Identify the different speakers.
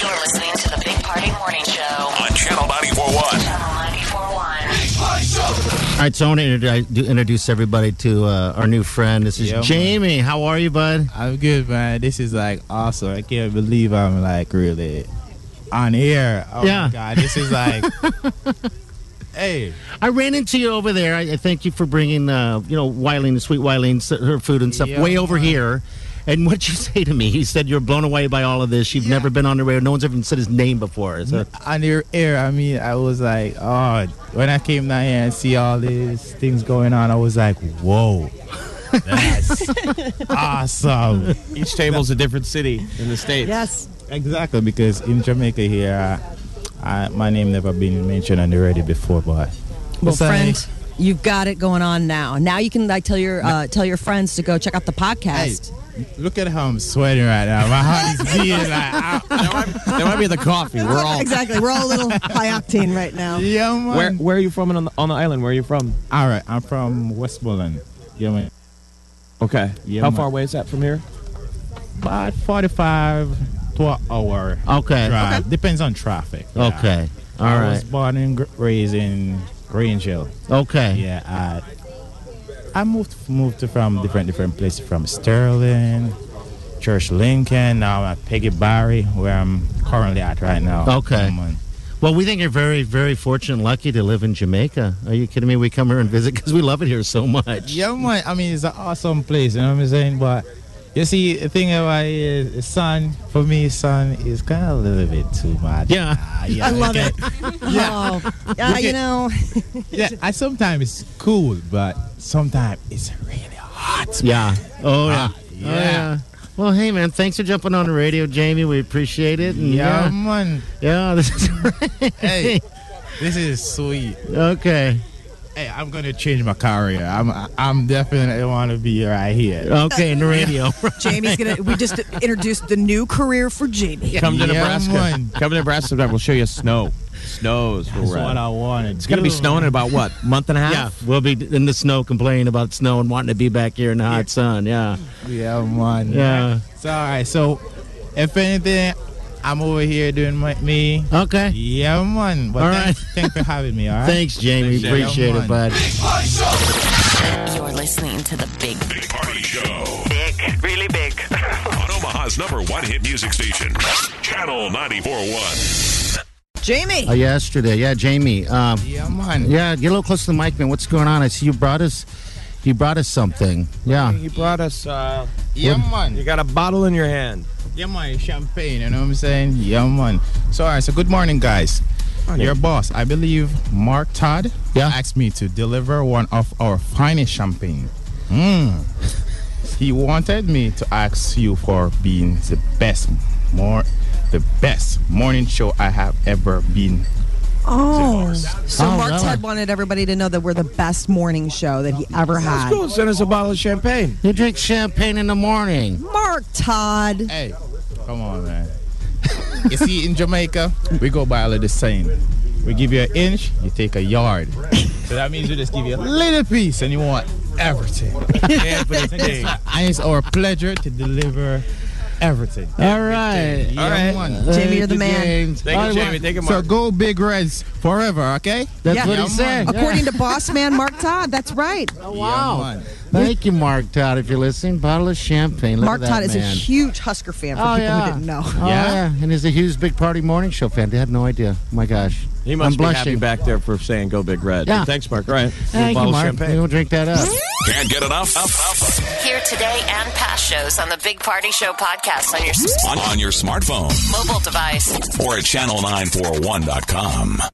Speaker 1: You're listening to the Big Party Morning Show.
Speaker 2: on Channel 941.
Speaker 1: Channel 941.
Speaker 3: All right, so I want to introdu- introduce everybody to uh, our new friend. This is
Speaker 4: Yeah, man.
Speaker 3: Jamie. How are you, bud?
Speaker 4: I'm good, man. This is like awesome. I can't believe I'm like really on air. Oh
Speaker 3: Yeah.
Speaker 4: my god, this is like, hey,
Speaker 3: I ran into you over there. I, I thank you for bringing, uh, you know, Wileen, the sweet Wileen, s- her food and stuff
Speaker 4: Yeah,
Speaker 3: way over
Speaker 4: man.
Speaker 3: here. And what'd you say to me? You said you're blown away by all of this. You've never been on the radio. No one's ever said his name before. So,
Speaker 4: on your air. I mean, I was like, oh, when I came down here and see all these things going on, I was like, whoa. That's awesome.
Speaker 5: Each table's a different city in the states.
Speaker 6: Yes.
Speaker 4: Exactly, because in Jamaica here, I, I, my name never been mentioned on the radio before, but
Speaker 6: Well,
Speaker 4: It's like-
Speaker 6: friend, you've got it going on now. Now you can like tell your uh, tell your friends to go check out the
Speaker 4: Hey,
Speaker 6: podcast.
Speaker 4: look at how I'm sweating right now. My heart is beating like, ow.
Speaker 5: That might, that might be the coffee. We're all.
Speaker 7: Exactly. We're all a little high octane right now.
Speaker 4: yeah, man.
Speaker 5: Where, where are you from on the, on the island? Where are you from?
Speaker 4: All right, I'm from Westmoreland. Yeah, man.
Speaker 5: Okay.
Speaker 4: Yeah,
Speaker 5: How
Speaker 4: man.
Speaker 5: far away is that from here?
Speaker 4: About 45 to an hour
Speaker 3: okay.
Speaker 4: drive. Depends on traffic. yeah.
Speaker 3: Okay. All
Speaker 4: I was
Speaker 3: right.
Speaker 4: born and gr- raised in Grange Hill.
Speaker 3: Okay.
Speaker 4: Yeah, I, I moved moved to from different different places from Sterling, Church Lincoln. Now I'm at Peggy Barry, where I'm currently at right now.
Speaker 3: Okay.
Speaker 4: I'm on-
Speaker 3: Well, we think you're very, very fortunate and lucky to live in Jamaica. Are you kidding me? We come here and visit because we love it here so much.
Speaker 4: Yeah, man. I mean, it's an awesome place. You know what I'm saying? But you see, the thing about it is, the sun for me, sun is kind of a little bit too much.
Speaker 3: Yeah.
Speaker 4: Ah, yeah
Speaker 6: I love
Speaker 4: okay.
Speaker 6: it. Yeah. Oh, yeah, you know,
Speaker 4: Yeah, I sometimes it's cool, but sometimes it's really hot.
Speaker 3: Yeah. Oh, yeah.
Speaker 4: yeah.
Speaker 3: Oh, yeah. Well, hey, man, thanks for jumping on the radio, Jamie. We appreciate it. And
Speaker 4: Yeah,
Speaker 3: yeah.
Speaker 4: man.
Speaker 3: Yeah, this is
Speaker 4: Hey, this is sweet.
Speaker 3: okay.
Speaker 4: Hey, I'm gonna change my career. I'm I'm definitely want to be right here.
Speaker 3: Okay, in the radio.
Speaker 7: Jamie's gonna. We just introduced the new career for Jamie.
Speaker 5: Come to
Speaker 4: Yeah,
Speaker 5: Nebraska.
Speaker 4: man.
Speaker 5: Come to Nebraska sometime. We'll show you snow. Snows. We'll
Speaker 4: That's what
Speaker 5: ride.
Speaker 4: I want to do.
Speaker 5: It's going to be snowing in about what? Month and a half?
Speaker 3: yeah, we'll be in the snow complaining about snow and wanting to be back here in the hot sun. Yeah.
Speaker 4: Yeah, man.
Speaker 3: Yeah.
Speaker 4: It's all right. So, if anything, I'm over here doing my me.
Speaker 3: Okay.
Speaker 4: Yeah, man. But
Speaker 3: All
Speaker 4: thanks, thanks for having me. All right.
Speaker 3: Thanks, Jamie.
Speaker 4: Thanks,
Speaker 3: appreciate
Speaker 4: Jamie.
Speaker 3: it,
Speaker 4: Come on.
Speaker 3: bud.
Speaker 1: You're listening to the Big
Speaker 2: Big Party Show
Speaker 8: Big, really big.
Speaker 2: on Omaha's number one hit music station, Channel 941.
Speaker 7: Jamie.
Speaker 3: Uh, yesterday, yeah, Jamie. Um,
Speaker 4: Yeah, man.
Speaker 3: yeah, get a little close to the mic, man. What's going on? I see you brought us, you brought us something. Yeah.
Speaker 5: He brought us. Uh,
Speaker 4: Yeah, man.
Speaker 5: you got a bottle in your hand.
Speaker 4: Yeah, man, champagne, you know what I'm saying? Yeah, man. So, all right, so good morning, guys. Your boss, I believe Mark Todd,
Speaker 3: Yeah.
Speaker 4: asked me to deliver one of our finest champagne. Mm. he wanted me to ask you for being the best, more, the best morning show I have ever been.
Speaker 7: Oh.
Speaker 6: so
Speaker 3: Oh,
Speaker 6: Mark
Speaker 3: really?
Speaker 6: Todd wanted everybody to know that we're the best morning show that he ever had.
Speaker 5: Cool. Send us a bottle of champagne.
Speaker 3: You drink champagne in the morning.
Speaker 6: Mark Todd.
Speaker 4: Hey, come on, man. you see, in Jamaica, we go by all of the same. We give you an inch, you take a yard. So that means we just give you a little piece and you want everything. everything. and it's our pleasure to deliver everything.
Speaker 3: All right.
Speaker 4: Yeah, man.
Speaker 6: Jamie, you're the man.
Speaker 5: Thank you,
Speaker 3: All right,
Speaker 5: Jamie. Thank you,
Speaker 4: So
Speaker 5: Mark.
Speaker 4: go big reds forever, okay?
Speaker 3: That's
Speaker 6: Yeah.
Speaker 3: what he
Speaker 6: Yeah,
Speaker 3: said. Yeah.
Speaker 6: According to boss man Mark Todd, that's right.
Speaker 3: Wow.
Speaker 4: man.
Speaker 3: Thank you, Mark Todd, if you're listening. Bottle of champagne. Look
Speaker 6: Mark
Speaker 3: at that
Speaker 6: Todd is a
Speaker 3: man.
Speaker 6: huge Husker fan for
Speaker 3: Oh,
Speaker 6: people
Speaker 3: yeah.
Speaker 6: who didn't know.
Speaker 3: Oh, yeah.
Speaker 4: Yeah?
Speaker 3: and he's a Hughes Big Party Morning Show fan. They had no idea. Oh, my gosh.
Speaker 5: He must
Speaker 3: I'm
Speaker 5: be
Speaker 3: blushing.
Speaker 5: happy back there for saying go big red.
Speaker 3: Yeah.
Speaker 5: Thanks, Mark. All right.
Speaker 3: Thank
Speaker 5: bottle
Speaker 3: you,
Speaker 5: of
Speaker 3: Mark.
Speaker 5: champagne.
Speaker 3: We'll drink that up.
Speaker 2: Can't get enough?
Speaker 1: Here today and past shows on the Big Party Show podcast on your s-
Speaker 2: On, on your smartphone
Speaker 1: mobile device.
Speaker 2: or at channel941.com.